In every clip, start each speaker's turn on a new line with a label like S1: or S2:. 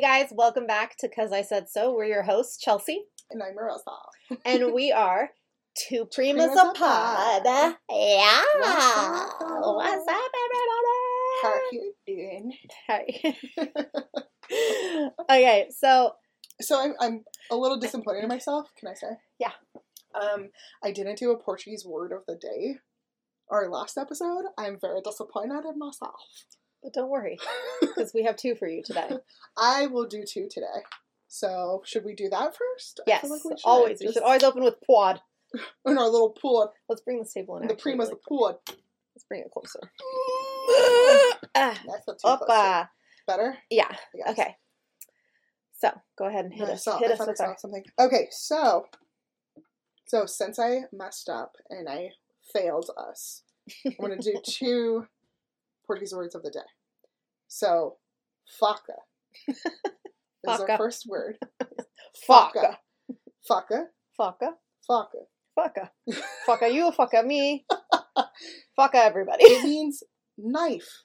S1: guys, welcome back to Cause I Said So. We're your hosts, Chelsea,
S2: And I'm Marisol.
S1: and we are Two Primas
S2: Primas
S1: a
S2: a
S1: Pod.
S2: Pod.
S1: Yeah.
S2: What's up?
S1: What's up,
S2: How are
S1: everybody?
S2: you doing?
S1: Hi. okay, so
S2: So I'm, I'm a little disappointed in myself. Can I say?
S1: Yeah.
S2: Um, I didn't do a Portuguese word of the day. Our last episode. I'm very disappointed in myself.
S1: but don't worry, because we have two for you today.
S2: I will do two today. So should we do that first? I
S1: Yes,
S2: feel like we should.
S1: always. We
S2: Just
S1: should always open with quad.
S2: in our little pool.
S1: Let's bring this table in.
S2: The
S1: actually,
S2: prima's the
S1: really
S2: pool.
S1: quick. Let's bring it closer. ah,
S2: That's not too close.
S1: Opa.
S2: Better.
S1: Yeah.
S2: I guess.
S1: Okay. So go ahead and hit
S2: No, I
S1: us.
S2: saw-
S1: hit
S2: I
S1: us
S2: thought I
S1: with our
S2: saw something. Okay, so so since I messed up and I failed us, I'm gonna do two Portuguese words of the day. So faca is our
S1: Faca.
S2: first word.
S1: fucker.
S2: Faca.
S1: Fucker.
S2: Faca.
S1: Fucker. Fucker you, fucker me. Fucker everybody.
S2: It means knife.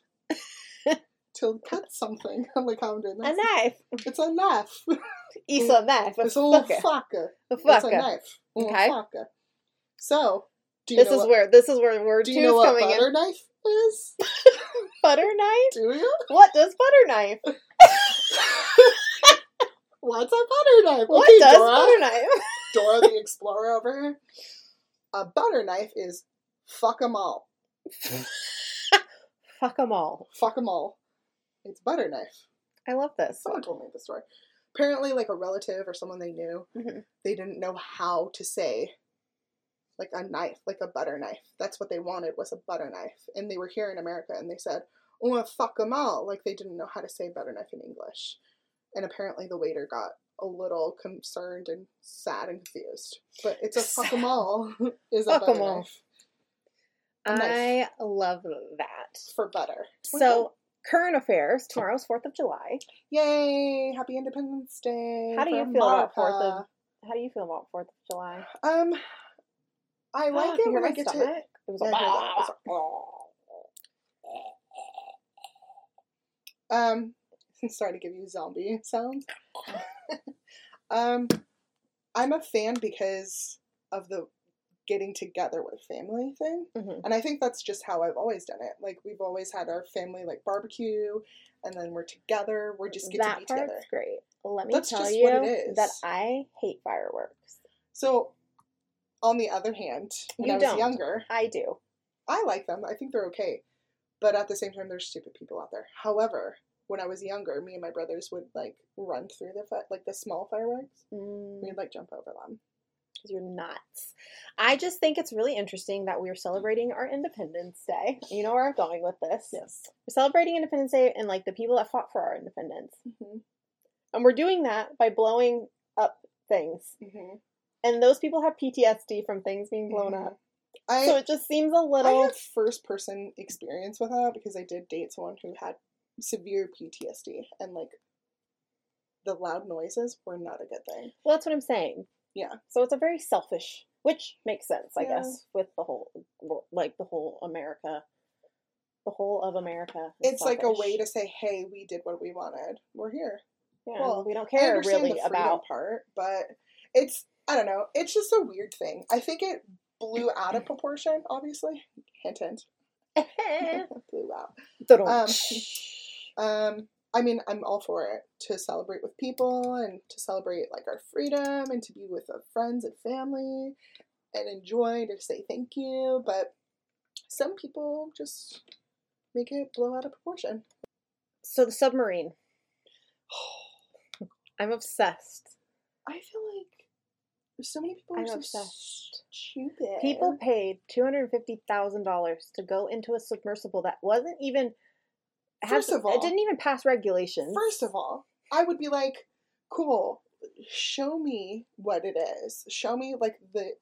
S2: to cut something. I'm like how I'm doing
S1: A
S2: that.
S1: knife.
S2: It's a knife.
S1: It's a knife. A
S2: It's a little
S1: fucker.
S2: faca.
S1: A
S2: It's a
S1: fucker.
S2: knife. A
S1: Okay.
S2: Faca. So do you
S1: This
S2: know
S1: is
S2: what-
S1: where this is where word
S2: Do
S1: two
S2: you
S1: is
S2: know what
S1: coming in.
S2: butter knife is?
S1: Butter knife?
S2: Do you?
S1: What does butter knife?
S2: What's a butter knife?
S1: What
S2: okay,
S1: does
S2: Dora,
S1: butter knife?
S2: Dora the Explorer over here. A butter knife is fuck 'em all.
S1: Fuck them all.
S2: Fuck 'em all. It's a butter knife.
S1: I love this.
S2: Someone told me this story. Apparently, like a relative or someone they knew,
S1: Mhm.
S2: they didn't know how to say like a knife, like a butter knife. That's what they wanted was a butter knife. And they were here in America and they said, oh, fuck 'em all. Like they didn't know how to say butter knife in English. And apparently the waiter got a little concerned and sad and confused. But it's a fuck 'em all is a
S1: Fuck 'em
S2: butter
S1: all.
S2: knife Knife.
S1: I love that.
S2: for butter.
S1: So current affairs. Tomorrow's Fourth of July.
S2: Yay! Happy Independence Day.
S1: How do you
S2: for
S1: feel about Fourth
S2: America.
S1: of? How do you feel about Fourth of July?
S2: Um, I
S1: Ah,
S2: like
S1: can
S2: it
S1: you hear
S2: when I
S1: my
S2: get
S1: stomach?
S2: to.
S1: It was
S2: Yeah, I hear that. It's
S1: like,
S2: like, Um, I'm sorry to give you zombie sounds. um, I'm a fan because of the getting together with family thing,
S1: Mhm.
S2: and I think that's just how I've always done it. Like we've always had our family like barbecue, and then we're together. We're just get
S1: that
S2: to be
S1: part's
S2: together.
S1: great. Let me
S2: That's
S1: tell
S2: just
S1: you
S2: what it is.
S1: that I hate fireworks.
S2: So, on the other hand, when
S1: You
S2: I was
S1: don't.
S2: younger,
S1: I do.
S2: I like them. I think they're okay. But at the same time, there's stupid people out there. However, when I was younger, me and my brothers would like run through the fi- like the small fireworks.
S1: Mm,
S2: We'd like jump over them.
S1: you're nuts. I just think it's really interesting that we're celebrating our Independence Day. You know where I'm going with this.
S2: Yes.
S1: We're celebrating Independence Day and like the people that fought for our independence.
S2: hmm
S1: And we're doing that by blowing up things.
S2: hmm
S1: And those people have PTSD from things being blown up.
S2: I
S1: So it just seems a
S2: I
S1: little
S2: had first person experience with that because I did date someone who had severe PTSD and like the loud noises were not a good thing.
S1: Well, that's what I'm saying.
S2: Yeah.
S1: So it's a very selfish, which makes sense, I
S2: Yeah.
S1: guess, with the whole, like the whole America, the whole of America. is
S2: It's like a
S1: selfish.
S2: way to say, "Hey, we did what we wanted. We're here."
S1: Yeah,
S2: well,
S1: we don't
S2: I
S1: care
S2: understand
S1: really
S2: the freedom
S1: about.
S2: part, but it's I don't know. It's just a weird thing. I think it blew out of proportion. Obviously, hint hint. Eh. blew out. Um, Um, I mean, I'm all for it to celebrate with people and to celebrate like our freedom and to be with our friends and family and enjoy to say thank you. But some people just make it blow out of proportion.
S1: so the submarine. I'm obsessed.
S2: I feel like so many people
S1: I'm
S2: are Oh, so
S1: obsessed.
S2: stupid.
S1: People paid two hundred fifty thousand dollars to go into a submersible that wasn't even.
S2: First of all-
S1: it didn't even pass regulations.
S2: First of all, I would be like, cool, show me what it is. Show me like the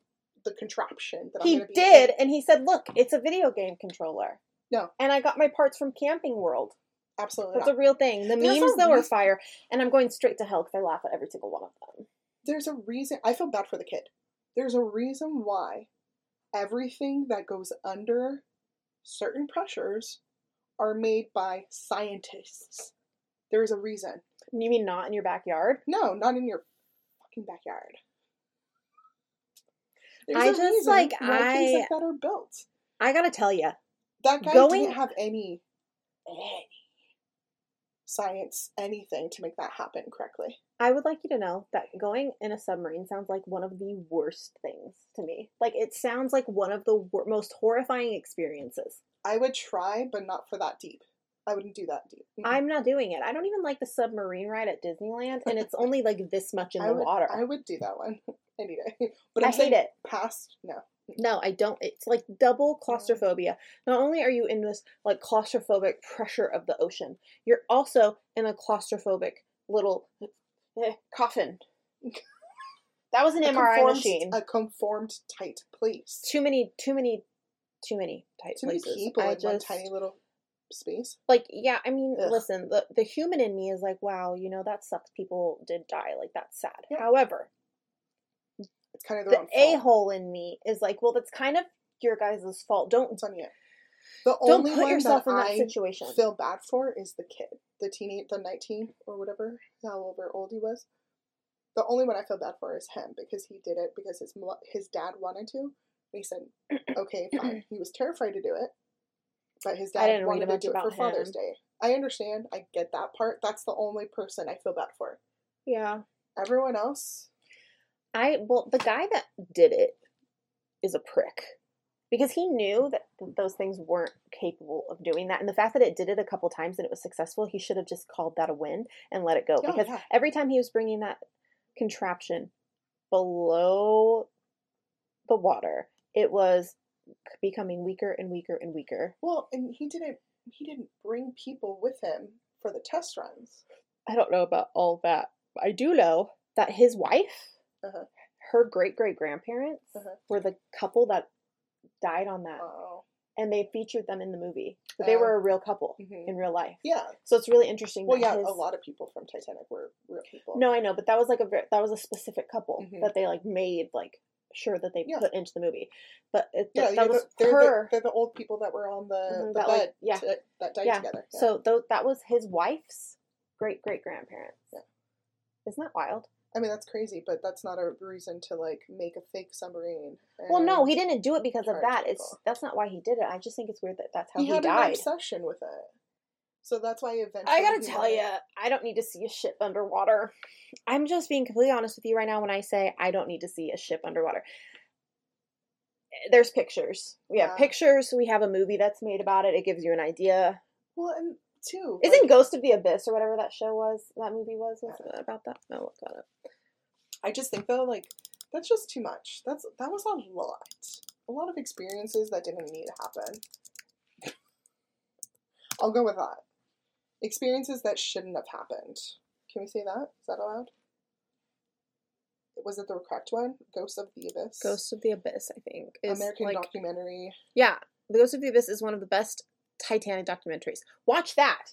S2: the contraption that I'm
S1: he
S2: gonna be
S1: did,
S2: in.
S1: and he said, "Look, it's a video game controller."
S2: No.
S1: and I got my parts from Camping World.
S2: Absolutely
S1: That's
S2: not.
S1: a real thing. The
S2: There's
S1: memes
S2: a
S1: though are
S2: reason-
S1: fire, and I'm going straight to hell because I laugh at every single one of them.
S2: There's a reason I feel bad for the kid. There's a reason why everything that goes under certain pressures are made by scientists. There is a reason.
S1: You mean not in your backyard?
S2: No, not in your fucking backyard.
S1: I
S2: a
S1: just, like,
S2: why things
S1: I-
S2: like that are built.
S1: I gotta tell you,
S2: That guy
S1: Going-
S2: didn't have any, any science, anything to make that happen correctly.
S1: I would like you to know that going in a submarine sounds like one of the worst things to me. Like it sounds like one of the wor- most horrifying experiences.
S2: I would try, but not for that deep. I wouldn't do that deep. Mm-mm.
S1: I'm not doing it. I don't even like the submarine ride at Disneyland, and it's only like this much in
S2: I
S1: the
S2: would,
S1: water.
S2: I would do that one any day. But
S1: I
S2: I'm
S1: hate
S2: saying
S1: it.
S2: past no.
S1: No, I don't. It's like
S2: Oh.
S1: double claustrophobia. Not only are you in this like claustrophobic pressure of the ocean, you're also in a claustrophobic little eh, coffin. that was an
S2: A
S1: MRI
S2: conformed-
S1: machine.
S2: A conformed tight place.
S1: too many, too many, too many type
S2: Too many
S1: places.
S2: people
S1: I
S2: in one
S1: just-
S2: tiny little space.
S1: like yeah i mean
S2: Ugh.
S1: listen the, the human in me is like wow you know that sucks people did die like that's sad
S2: Yeah.
S1: however
S2: It's kind of
S1: the
S2: their own fault.
S1: a-hole in me is like well that's kind of your guys' fault don't
S2: It's on you. The
S1: don't
S2: only
S1: put
S2: one
S1: yourself
S2: that
S1: in that
S2: I
S1: situation
S2: feel bad for is the kid, the teenage, the nineteen or whatever, however old he was. The only one I feel bad for is him because he did it because his mo- his dad wanted to. And he said, "Okay, fine." He was terrified to do it, but his
S1: I
S2: dad
S1: didn't read
S2: wanted to
S1: much
S2: do it for
S1: about
S2: Father's
S1: him.
S2: Day. I understand. I get that part. That's the only person I feel bad for.
S1: yeah
S2: Everyone else,
S1: i well the guy that did it is a prick because he knew that th- those things weren't capable of doing that and the fact that it did it a couple times and it was successful he should have just called that a win and let it go
S2: Oh,
S1: because
S2: yeah.
S1: every time he was bringing that contraption below the water it was becoming weaker and weaker and weaker
S2: well, and he didn't. He didn't bring people with him for the test runs.
S1: i don't know about all that but i do know that his wife
S2: Uh-huh.
S1: her great great grandparents
S2: Uh-huh.
S1: were the couple that died on that
S2: Oh,
S1: and they featured them in the movie but they
S2: Oh.
S1: were a real couple
S2: hmm
S1: in real life
S2: yeah.
S1: so it's really interesting
S2: Well,
S1: that
S2: yeah,
S1: his-
S2: a lot of people from Titanic were real people.
S1: No, I know, but that was like a ver- that was a specific couple
S2: Mhm.
S1: that they like made like sure that they
S2: Yeah.
S1: put into the movie. But it,
S2: yeah,
S1: that
S2: you're
S1: was
S2: the, they're,
S1: her.
S2: The, they're the old people that were on the,
S1: Mhm,
S2: the
S1: that,
S2: bed
S1: like, yeah.
S2: to, that died
S1: Yeah.
S2: together. Yeah.
S1: So tho- that was his wife's great great grandparents.
S2: Yeah.
S1: Isn't that wild?
S2: I mean, that's crazy, but that's not a reason to like make a fake submarine.
S1: Well, no,
S2: and-
S1: he didn't do it because of
S2: charge
S1: that. It's
S2: people.
S1: that's not why he did it. I just think it's weird that that's how
S2: he
S1: he,
S2: had an
S1: died.
S2: obsession with it. So that's why eventually.
S1: I gotta
S2: he
S1: tell
S2: wanted-
S1: you, I don't need to see a ship underwater. I'm just being completely honest with you right now when I say I don't need to see a ship underwater. Eh, There's pictures. We have
S2: Yeah.
S1: pictures. We have a movie that's made about it. It gives you an idea.
S2: Well, and too.
S1: Isn't
S2: like,
S1: Ghost of the Abyss or whatever that show was? That movie was, was it about that. No, look that up.
S2: I just think though, like that's just too much. That's that was a lot, a lot of experiences that didn't need to happen. I'll go with that. Experiences that shouldn't have happened. Can we say that? Is that allowed? Was it the correct one? Ghosts of the Abyss.
S1: Ghost of the Abyss, I think, is
S2: American
S1: like
S2: documentary.
S1: yeah. The Ghost of the Abyss is one of the best Titanic documentaries. Watch that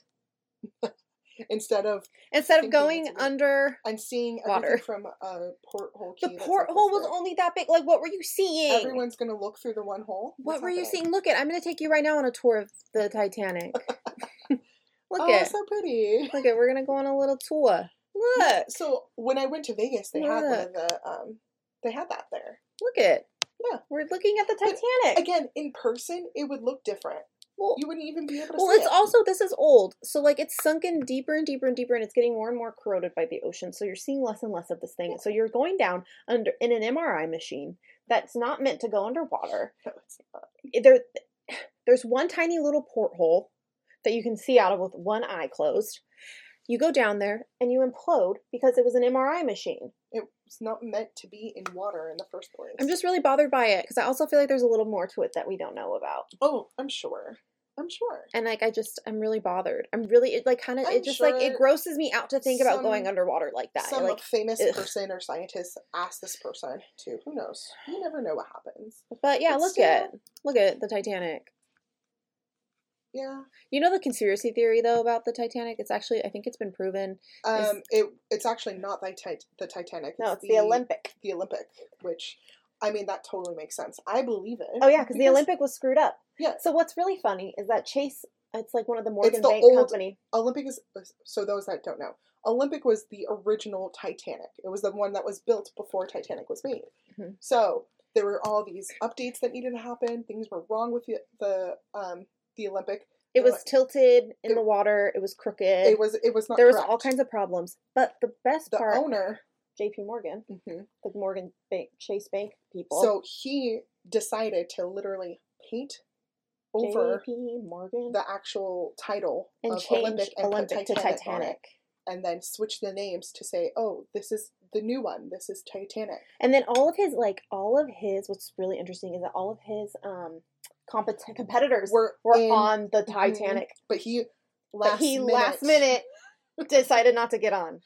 S2: Instead of
S1: instead of
S2: Thinking
S1: going
S2: it's a-
S1: under.
S2: and seeing
S1: Water.
S2: everything from a porthole.
S1: The
S2: key that's
S1: porthole
S2: like this
S1: was
S2: big.
S1: only that big. Like, what were you seeing?
S2: Everyone's gonna look through the one hole.
S1: What
S2: What's
S1: were you
S2: happening?
S1: seeing? Look it. I'm going to take you right now on a tour of the Titanic. Look
S2: Oh,
S1: it.
S2: so pretty.
S1: Look it. We're going to go on a little tour.
S2: Yeah,
S1: Look.
S2: So when I went to Vegas, they had one of the um, they had that there.
S1: Look it.
S2: Yeah.
S1: We're looking at the
S2: But
S1: Titanic.
S2: Again, in person, it would look different.
S1: well,
S2: You wouldn't even be able to.
S1: well,
S2: see
S1: it's
S2: it.
S1: also this is old. So like it's sunken deeper and deeper and deeper and it's getting more and more corroded by the ocean. So you're seeing less and less of this thing. So you're going down under in an MRI machine that's not meant to go underwater.
S2: No, it's not.
S1: There there's one tiny little porthole that you can see out of with one eye closed. You go down there and you implode because it was an MRI machine.
S2: It's not meant to be in water in the first place.
S1: I'm just really bothered by it because I also feel like there's a little more to it that we don't know about.
S2: Oh, I'm sure. I'm sure.
S1: And like I just I'm really bothered. I'm really it like kind of
S2: I'm
S1: it just like
S2: sure
S1: it grosses me out to think about
S2: some-
S1: going underwater like that.
S2: Some
S1: like
S2: famous
S1: ugh.
S2: person or scientist asked this person to. Who knows? You never know what happens.
S1: but yeah,
S2: but
S1: look
S2: still-
S1: at look at the Titanic.
S2: Yeah.
S1: You know the conspiracy theory though about the Titanic? It's actually I think it's been proven.
S2: Um. It. It's actually not the, tit- the Titanic.
S1: No, it's the Olympic.
S2: The Olympic, which, I mean, that totally makes sense. I believe it.
S1: Oh yeah, cuz the Olympic was screwed up.
S2: Yeah.
S1: So what's really funny is that Chase It's like one of the Morgan
S2: the
S1: Bank
S2: old-
S1: company.
S2: Olympic is uh, so those that don't know. Olympic was the original Titanic. It was the one that was built before Titanic was made.
S1: Mhm.
S2: So there were all these updates that needed to happen. Things were wrong with the the, um, the Olympic.
S1: It was
S2: Like-
S1: tilted in
S2: It-
S1: the water. It was crooked.
S2: It was it was not.
S1: there was
S2: correct.
S1: all kinds of problems. But the best
S2: The
S1: part,
S2: owner.
S1: J.P. Morgan,
S2: mhm.
S1: the Morgan Bank Chase Bank people.
S2: So he decided to literally paint over
S1: J.P. Morgan
S2: the actual title
S1: and
S2: of
S1: change
S2: Olympic
S1: Olympic,
S2: and
S1: to
S2: put Titanic, on it,
S1: Titanic.
S2: and then switch the names to say, "Oh, this is the new one. This is Titanic."
S1: And then all of his like all of his what's really interesting is that all of his um compet- competitors were,
S2: We're, in-
S1: on the Titanic,
S2: but he last
S1: but he
S2: minute.
S1: last minute decided not to get on.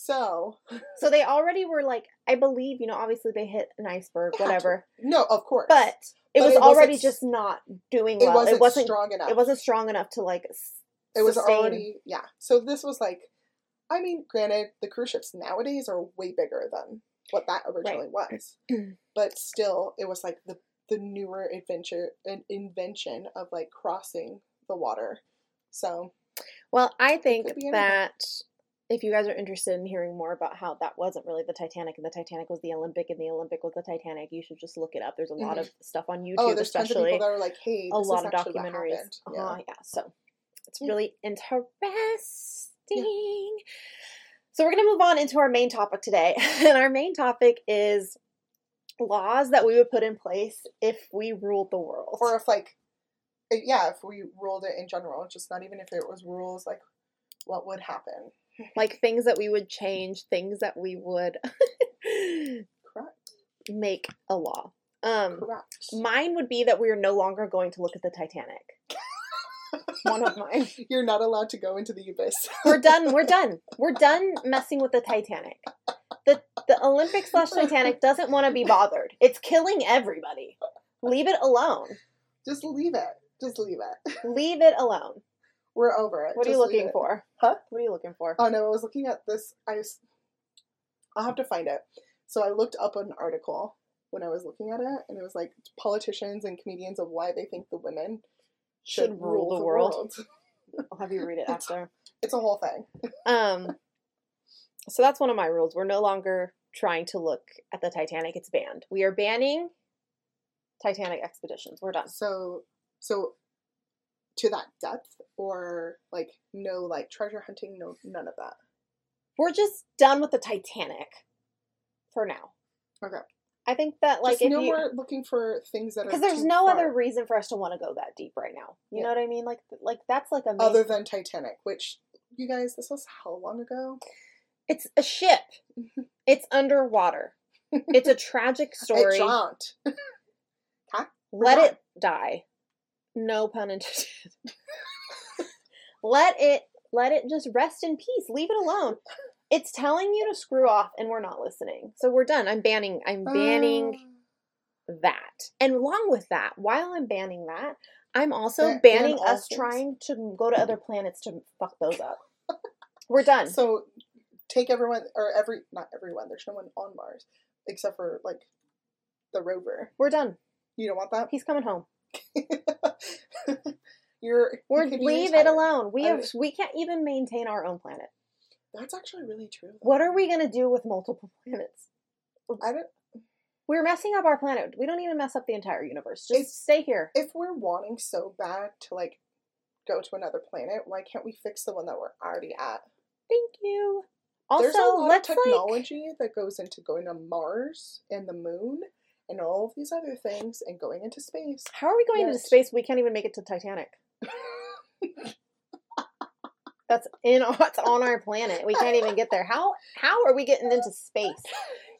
S2: So
S1: So they already were like I believe, you know, obviously they hit an iceberg,
S2: They had to.
S1: whatever.
S2: no, of course,
S1: But it
S2: But
S1: was
S2: it wasn't
S1: already
S2: s-
S1: just not doing
S2: it
S1: well.
S2: wasn't,
S1: it wasn't
S2: strong enough.
S1: it wasn't strong enough to like s-
S2: It was
S1: sustain.
S2: already yeah. So this was like, I mean, granted, the cruise ships nowadays are way bigger than what that originally was, but still, it was like the the newer adventure an invention of like crossing the water. So
S1: Well, I think
S2: could be anything.
S1: that if you guys are interested in hearing more about how that wasn't really the Titanic and the Titanic was the Olympic and the Olympic was the Titanic, you should just look it up. There's a lot
S2: Mhm.
S1: of stuff on YouTube,
S2: oh, there's tons of
S1: especially
S2: people that are like, hey,
S1: a
S2: this
S1: lot
S2: is
S1: of
S2: actually what
S1: documentaries.
S2: happened.
S1: Uh-huh,
S2: Yeah.
S1: yeah. so it's
S2: Yeah.
S1: really interesting. So we're going to move on into our main topic today. and our main topic is laws that we would put in place if we ruled the world.
S2: or if like it- yeah if we ruled it in general just not even if it was rules like what would happen
S1: like things that we would change, things that we would
S2: correct
S1: make a law. Um,
S2: correct
S1: mine would be that we are no longer going to look at the Titanic. One of mine.
S2: you're not allowed to go into the abyss
S1: We're done. We're done. We're done messing with the Titanic. The the Olympic slash Titanic doesn't want to be bothered. It's killing everybody. Leave it alone.
S2: just leave it just leave it
S1: Leave it alone.
S2: we're over it
S1: What are you
S2: Just leave
S1: looking
S2: it.
S1: for? Uh,
S2: Huh?
S1: What are you looking for?
S2: oh no i was looking at this i was i'll have to find it so i looked up an article when i was looking at it and it was like politicians and comedians of why they think the women should, rule, the world
S1: I'll have you read it after.
S2: it's a whole thing
S1: Um. So that's one of my rules. We're no longer trying to look at the Titanic. It's banned. We are banning Titanic expeditions. We're done.
S2: So, so to that depth, or like no, like treasure hunting, no, none of that.
S1: we're just done with the Titanic for now.
S2: Okay.
S1: I think that like
S2: Just
S1: if
S2: no
S1: you
S2: more looking for things that are
S1: because there's
S2: too
S1: no
S2: far
S1: other reason for us to want to go that deep right now. You
S2: Yeah.
S1: know what I mean? Like like that's like a main,
S2: other than Titanic, which you guys, this was how long ago?
S1: it's a ship. It's underwater. It's a tragic
S2: It
S1: story.
S2: drowned.
S1: Let
S2: We're
S1: it die. No pun intended. let it let it just rest in peace. Leave it alone. It's telling you to screw off and we're not listening. So we're done. I'm banning I'm banning
S2: Oh.
S1: that. And along with that, while I'm banning that, I'm also
S2: Ban- ban
S1: banning
S2: all
S1: us
S2: things.
S1: trying to go to other planets to fuck those up. We're
S2: Uh,
S1: done.
S2: so take everyone or every not everyone. There's no one on Mars except for like the rover.
S1: We're done.
S2: You don't want that.
S1: He's coming home.
S2: You're
S1: We're
S2: you could be
S1: leave it
S2: retired.
S1: alone. We
S2: I-
S1: have we can't even maintain our own planet.
S2: That's actually really true.
S1: What are we gonna do with multiple planets?
S2: I don't.
S1: We're messing up our planet. We don't need to mess up the entire universe. Just
S2: It's-
S1: stay here.
S2: if we're wanting so bad to like go to another planet, why can't we fix the one that we're already at?
S1: Thank you.
S2: There's a
S1: Also,
S2: lot
S1: let's
S2: of
S1: like
S2: technology that goes into going to Mars and the moon and all of these other things and going into space.
S1: how are we going into
S2: Yes.
S1: space? We can't even make it to Titanic. That's in that's on our planet. We can't even get there. How how are we getting into space?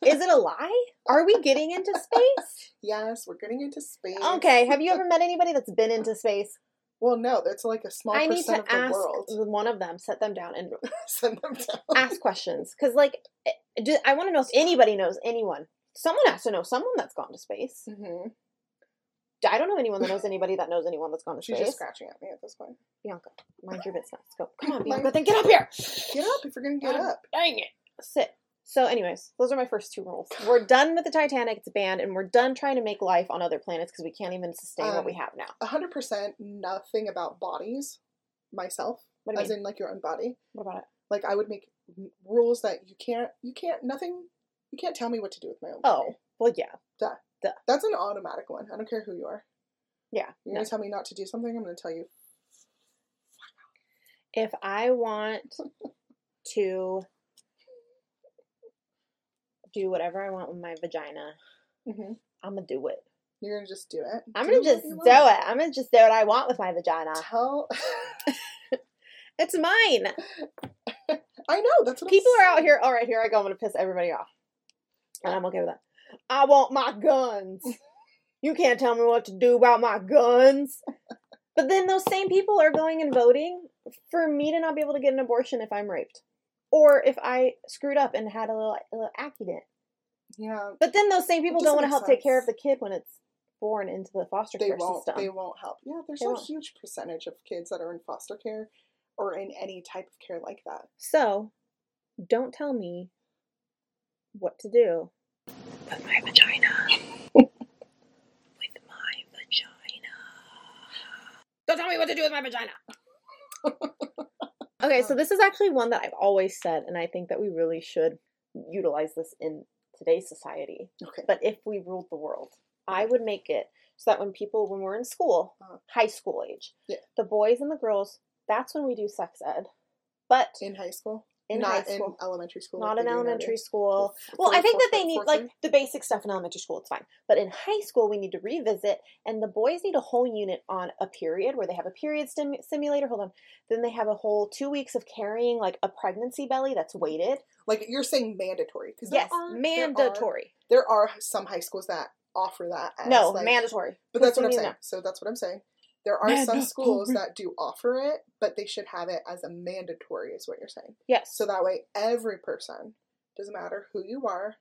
S1: Is it a lie? Are we getting into space?
S2: yes, we're getting into space.
S1: Okay, have you ever met anybody that's been into space?
S2: Well, no, that's like a small
S1: I need
S2: percent
S1: to
S2: of the
S1: ask
S2: world.
S1: one of them, set them down and
S2: Send them down.
S1: ask questions cuz like I- do, I want to know if anybody knows anyone. Someone has to know someone that's gone to space.
S2: Mhm.
S1: I don't know anyone that knows anybody that knows anyone that's gone to
S2: She's
S1: space.
S2: just scratching at me at this point.
S1: Bianca, mind your business. Go. Come on,
S2: Mind-
S1: Bianca, then get up here.
S2: Get up if you're gonna get
S1: Um,
S2: up.
S1: Dang it. Sit. So, anyways, those are my first two rules. We're done with the Titanic; it's banned, and we're done trying to make life on other planets because we can't even sustain what
S2: Um,
S1: we have now.
S2: 100% nothing about bodies myself,
S1: What do you
S2: as
S1: mean?
S2: in like your own body.
S1: What about it?
S2: Like I would make m- rules that you can't, you can't, nothing, you can't tell me what to do with my own body.
S1: Oh, well, yeah.
S2: That's an automatic one. I don't care who you are.
S1: Yeah.
S2: You're
S1: no.
S2: gonna tell me not to do something. I'm gonna tell you.
S1: If I want to do whatever I want with my vagina,
S2: hmm
S1: I'm gonna do it.
S2: You're gonna just do it.
S1: Mm-hmm. I'm
S2: Do
S1: gonna
S2: what
S1: just do
S2: you
S1: it.
S2: want.
S1: I'm gonna just do what I want with my vagina.
S2: Tell.
S1: It's mine.
S2: I know. That's what I'm
S1: People are out
S2: saying.
S1: here. All right, here I go. I'm gonna piss everybody off, and I'm okay with that. I want my guns. You can't tell me what to do about my guns. But then those same people are going and voting for me to not be able to get an abortion if I'm raped, or if I screwed up and had a little, a little accident.
S2: Yeah.
S1: But then those same people don't
S2: doesn't
S1: want to
S2: make
S1: help take care of the
S2: sense.
S1: kid when it's born into the foster
S2: They
S1: care
S2: won't.
S1: system.
S2: They won't help. Yeah. There's
S1: They
S2: a
S1: won't.
S2: huge percentage of kids that are in foster care or in any type of care like that.
S1: So, don't tell me what to do. With my vagina. with my vagina. Don't tell me what to do with my vagina. okay, so this is actually one that I've always said, and I think that we really should utilize this in today's society.
S2: Okay.
S1: But if we ruled the world, I would make it so that when people, when we're in school,
S2: Uh-huh.
S1: high school age,
S2: Yeah.
S1: the boys and the girls, that's when we do sex ed. But
S2: In high school.
S1: in
S2: not
S1: high school,
S2: in elementary school.
S1: not
S2: like
S1: in
S2: they do
S1: elementary
S2: nowadays.
S1: school.
S2: Fourth-
S1: Well, I
S2: fourth-
S1: think that
S2: fourth
S1: they
S2: grade-
S1: need
S2: fourth
S1: like
S2: grade?
S1: the basic stuff in elementary school. It's fine, but in high school, we need to revisit. And the boys need a whole unit on a period where they have a period stim- simulator. Hold on, then they have a whole two weeks of carrying like a pregnancy belly that's weighted.
S2: like you're saying mandatory because
S1: Yes,
S2: there are,
S1: mandatory.
S2: There are, there are some high schools that offer that. As,
S1: no,
S2: like,
S1: mandatory.
S2: But
S1: That's
S2: that's what
S1: what
S2: I'm
S1: I mean,
S2: saying.
S1: no.
S2: So that's what I'm saying. There are some schools that do offer it, but they should have it as a mandatory, is what you're saying.
S1: Yes.
S2: So that way, every person doesn't matter who you are,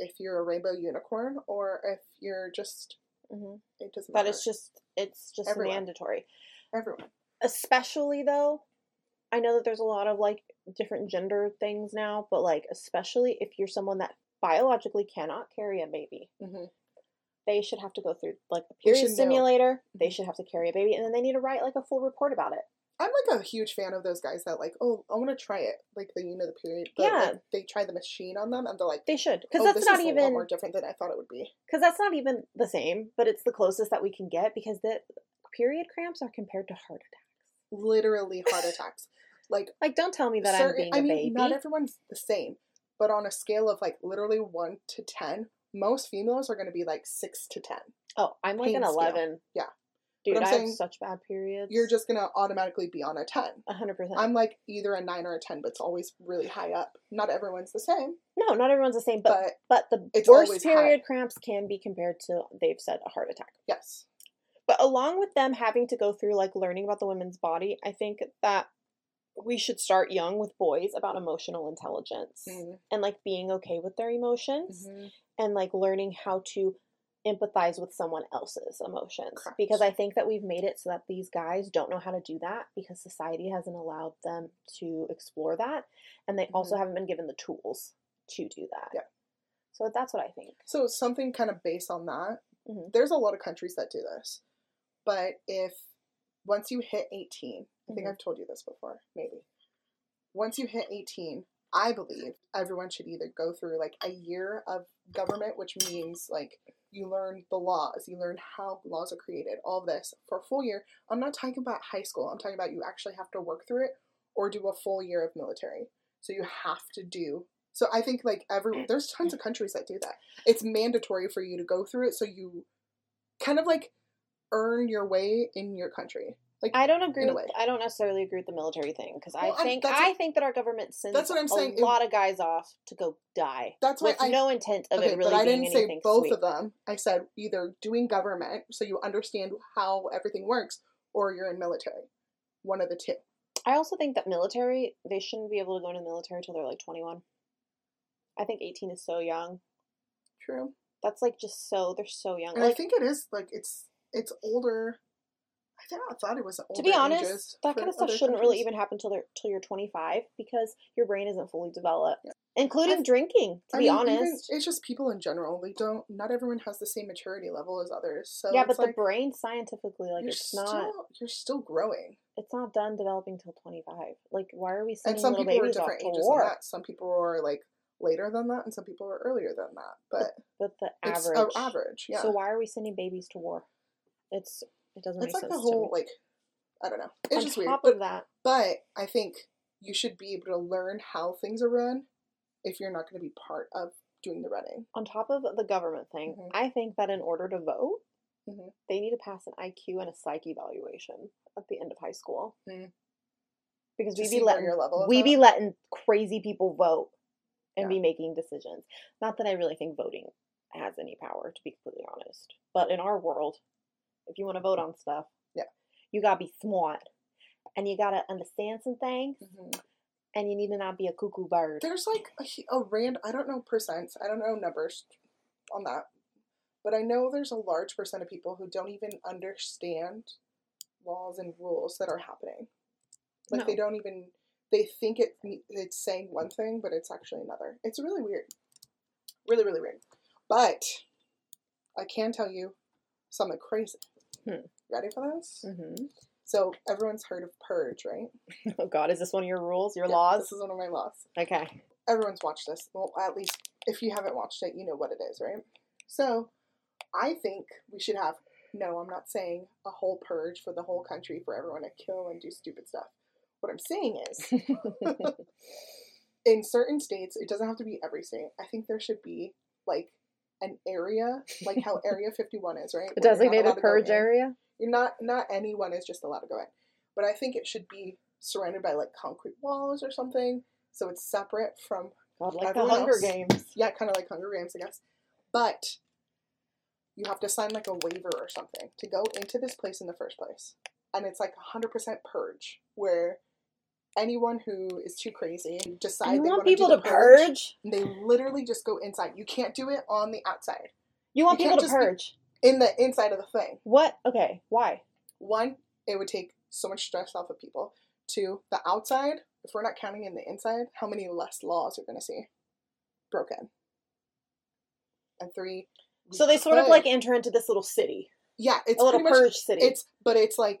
S2: if you're a rainbow unicorn or if you're just
S1: Mhm.
S2: it doesn't
S1: But
S2: matter.
S1: it's just it's just
S2: Everyone.
S1: mandatory.
S2: everyone.
S1: especially though i know that there's a lot of like different gender things now but like especially if you're someone that biologically cannot carry a baby
S2: hmm
S1: they should have to go through like a
S2: They
S1: period
S2: should know. Mm-hmm.
S1: simulator they should have to carry a baby and then they need to write like a full report about it
S2: I'm like a huge fan of those guys that like, oh, I want to try it, like the you know the period. But
S1: Yeah.
S2: like, they try the machine on them and they're like,
S1: they should because
S2: oh,
S1: that's
S2: this
S1: not
S2: is a lot
S1: even
S2: more different than I thought it would be.
S1: because that's not even the same but it's the closest that we can get because the period cramps are compared to heart attack
S2: Literally heart attacks. Like
S1: like don't tell me that i'm
S2: certain,
S1: being
S2: I
S1: a
S2: mean,
S1: baby
S2: not everyone's the same, but on a scale of like literally one to ten, most females are going to be like six to ten.
S1: oh i'm like
S2: pain
S1: an
S2: scale.
S1: 11
S2: Yeah.
S1: dude
S2: I'm
S1: i have
S2: saying
S1: such bad periods
S2: You're just going to automatically be on a ten.
S1: 100%
S2: I'm like either a nine or a ten, but it's always really high up. Not everyone's the same,
S1: no not everyone's the same but
S2: but
S1: But the
S2: It's
S1: worst
S2: always
S1: period cramps can be compared to, they've said, a heart attack.
S2: yes,
S1: But along with them having to go through like learning about the women's body, I think that we should start young with boys about emotional intelligence
S2: Mhm.
S1: and like being okay with their
S2: Mm-hmm.
S1: emotions and like learning how to empathize with someone else's emotions.
S2: Correct.
S1: Because I think that we've made it so that these guys don't know how to do that because society hasn't allowed them to explore that. And they also haven't been given the tools to do that.
S2: Mm-hmm. Yeah.
S1: So that's what I think.
S2: So something kind of based on that.
S1: Mhm.
S2: There's a lot of countries that do this, but if once you hit 18, I think
S1: Mhm.
S2: I've told you this before, maybe. Once you hit 18, I believe everyone should either go through like a year of government, which means like you learn the laws, you learn how laws are created, all of this for a full year. I'm not talking about high school. I'm talking about you actually have to work through it or do a full year of military. So you have to do. So I think like every there's tons of countries that do that. It's mandatory for you to go through it so you kind of like earn your way in your country.
S1: I don't agree
S2: in a
S1: with.
S2: way.
S1: I don't necessarily agree with the military thing because
S2: Well,
S1: I
S2: I'm-
S1: think
S2: that's
S1: I
S2: what-
S1: think that our government sends
S2: that's what I'm
S1: a
S2: saying. It-
S1: lot of guys off to go die
S2: That's why
S1: with
S2: I
S1: no intent of
S2: okay,
S1: it really
S2: but I
S1: being
S2: didn't
S1: anything
S2: say both
S1: sweet.
S2: of them. I said either doing government so you understand how everything works or you're in military. One of the two.
S1: I also think that military they shouldn't be able to go into the military till they're like twenty one. I think eighteen is so young.
S2: True.
S1: That's like just so they're so young.
S2: And I
S1: Like
S2: think it is like it's it's older. I thought I thought it was
S1: to
S2: older
S1: be honest,
S2: ages
S1: that
S2: for
S1: kind of stuff
S2: other
S1: shouldn't really
S2: countries.
S1: even happen till they're till you're twenty five because your brain isn't fully developed. including
S2: I've-
S1: drinking. To
S2: I
S1: be
S2: mean, even-
S1: honest,
S2: it's just people in general. They don't. Not everyone has the same maturity level as others. So
S1: yeah,
S2: it's
S1: but
S2: like,
S1: the brain scientifically, like,
S2: you're
S1: it's
S2: still,
S1: not
S2: You're still growing,
S1: it's not done developing till twenty five. Like, why are we
S2: and
S1: sending
S2: some
S1: little
S2: people are
S1: babies off
S2: different
S1: to
S2: ages than
S1: war?
S2: that. Some people are like later than that, and some people are earlier than that. But
S1: But the
S2: it's
S1: average,
S2: a average. Yeah.
S1: So why are we sending babies to war? It's it doesn't make
S2: it's like
S1: sense
S2: the whole
S1: to me.
S2: like, I don't know. It's
S1: On
S2: just weird.
S1: top
S2: But
S1: of that,
S2: but I think you should be able to learn how things are run if you're not going to be part of doing the running.
S1: on top of the government thing,
S2: Mhm.
S1: I think that in order to vote,
S2: Mhm.
S1: they need to pass an IQ and a psyche evaluation at the end of high school.
S2: Mm.
S1: Because
S2: To
S1: we
S2: see
S1: be
S2: where
S1: letting
S2: your level of
S1: we
S2: that-
S1: be letting crazy people vote and
S2: Yeah.
S1: be making decisions. Not that I really think voting has any power, to be completely honest. But in our world, if you want to vote on stuff,
S2: Yeah.
S1: you gotta be smart and you gotta understand some things,
S2: Mhm.
S1: and you need to not be a cuckoo bird.
S2: There's like a, hu- a rand. I don't know percents. I don't know numbers on that, but I know there's a large percent of people who don't even understand laws and rules that are happening. Like they don't even they think it it's saying one thing, but it's actually another. It's really weird. Really, really weird. But I can tell you something crazy.
S1: Hmm.
S2: Ready for this?
S1: hmm
S2: So everyone's heard of purge, right?
S1: Oh God, is this one of your rules, your
S2: Yeah,
S1: laws?
S2: This is one of my laws.
S1: Okay.
S2: everyone's watched this. Well, at least if you haven't watched it, you know what it is, right? So, I think we should have. No, I'm not saying a whole purge for the whole country for everyone to kill and do stupid stuff. What I'm saying is, in certain states, it doesn't have to be every state. I think there should be like an area, like how Area 51 is, right?
S1: A
S2: Where you're not allowed
S1: designated
S2: to go
S1: purge
S2: in.
S1: area.
S2: You're not not anyone is just allowed to go in, but I think it should be surrounded by like concrete walls or something, so it's separate from
S1: God, like the
S2: Everyone
S1: Hunger
S2: else?
S1: Games.
S2: yeah, kind of like Hunger Games, I guess. But you have to sign like a waiver or something to go into this place in the first place. And it's like 100% purge, where anyone who is too crazy and decide
S1: You
S2: they
S1: want
S2: wanna do
S1: people
S2: the
S1: to purge?
S2: they literally just go inside. You can't do it on the outside,
S1: You want
S2: You
S1: people
S2: can't
S1: to
S2: just be-
S1: purge?
S2: in the inside of the thing.
S1: What? Okay. Why?
S2: One, it would take so much stress off of people. Two, the outside, if we're not counting in the inside, how many less laws are going to see broken? And three, we
S1: So they sort of
S2: could-
S1: like enter into this little city,
S2: Yeah, it's
S1: a little
S2: pretty much
S1: purge city.
S2: it's but it's like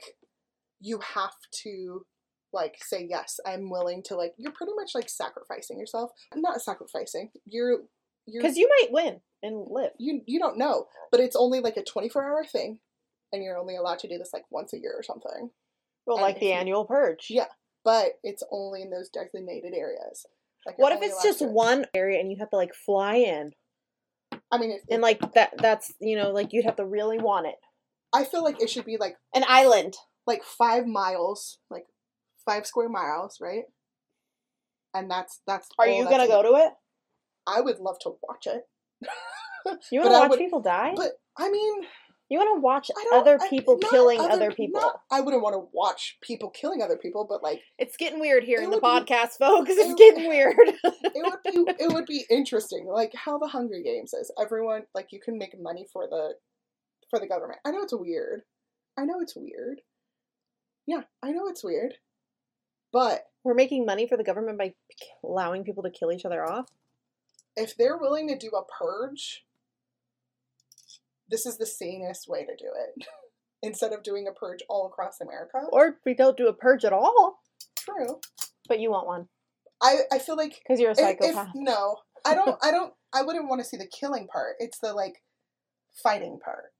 S2: you have to like say yes, I'm willing to like you're pretty much like sacrificing yourself. Not sacrificing. You're you're
S1: because you might win and live.
S2: you you don't know, but it's only like a 24-hour thing and you're only allowed to do this like once a year or something.
S1: Well,
S2: And
S1: like
S2: if
S1: the
S2: you-
S1: annual purge.
S2: Yeah. But it's only in those designated areas. Like, you're
S1: What if
S2: only
S1: it's
S2: allowed
S1: just
S2: to-
S1: one area and you have to like fly in
S2: I mean, it,
S1: and
S2: like
S1: like that? That's you know like you'd have to really want it.
S2: I feel like it should be like
S1: An island.
S2: like 5 miles, like 5 square miles, right? And that's that's
S1: Are
S2: all
S1: you
S2: Oh, that's
S1: gonna
S2: in-
S1: go to it?
S2: I would love to watch it.
S1: You
S2: But
S1: want to
S2: I
S1: watch
S2: would-
S1: people die?
S2: But I mean,
S1: you want to watch
S2: I don't.
S1: other
S2: I-
S1: people
S2: not
S1: killing other, people.
S2: not- I wouldn't want to watch people killing other people, but like
S1: It's getting weird here
S2: It
S1: in the
S2: would be-
S1: podcast, folks. It's
S2: it-
S1: getting weird.
S2: it would be it would be interesting, like how the Hunger Games is. Everyone like you can make money for the for the government. I know it's weird. I know it's weird. Yeah, I know it's weird, but
S1: We're making money for the government by k- allowing people to kill each other off.
S2: if they're willing to do a purge, this is the sanest way to do it. Instead of doing a purge all across America,
S1: Or we don't do a purge at all,
S2: true.
S1: but you want one
S2: I I feel like
S1: because you're a
S2: If- if-
S1: psychopath.
S2: no, I don't. I don't. I wouldn't want to see the killing part. It's the like fighting part.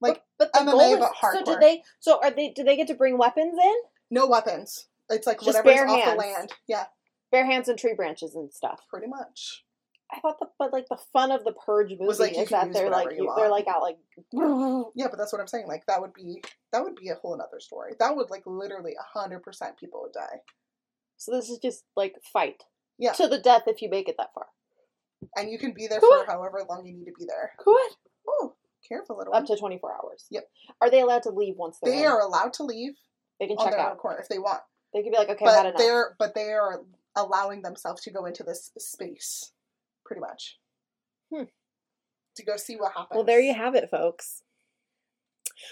S2: like,
S1: but, but the
S2: MMA,
S1: goal is
S2: but
S1: so. Do
S2: hardcore.
S1: they? So are they? Do they get to bring weapons in?
S2: No weapons. It's like
S1: Just
S2: whatever's
S1: bare
S2: off the
S1: hands.
S2: land. Yeah,
S1: Bare hands and tree branches and stuff.
S2: pretty much.
S1: I thought the but like the fun of the purge movie
S2: Was, like, you
S1: is
S2: can
S1: that
S2: use
S1: they're
S2: whatever
S1: like
S2: you
S1: you- they're like
S2: want.
S1: out like
S2: Yeah, but that's what I'm saying. Like that would be that would be a whole another story. That would like literally hundred percent people would die.
S1: so this is just like fight
S2: Yeah.
S1: to the death if you make it that far.
S2: And you can be there
S1: Cool.
S2: for however long you need to be there.
S1: Cool.
S2: Oh, careful little
S1: Up
S2: one.
S1: to 24 hours.
S2: Yep.
S1: Are they allowed to leave once they're
S2: They
S1: in?
S2: are allowed to leave
S1: They can
S2: on
S1: check
S2: their own
S1: out.
S2: accord if they want.
S1: They can be like, okay, I've had
S2: but
S1: enough.
S2: they're but they are allowing themselves to go into this space, pretty much,
S1: Hmm.
S2: to go see what happens.
S1: Well, there you have it, folks.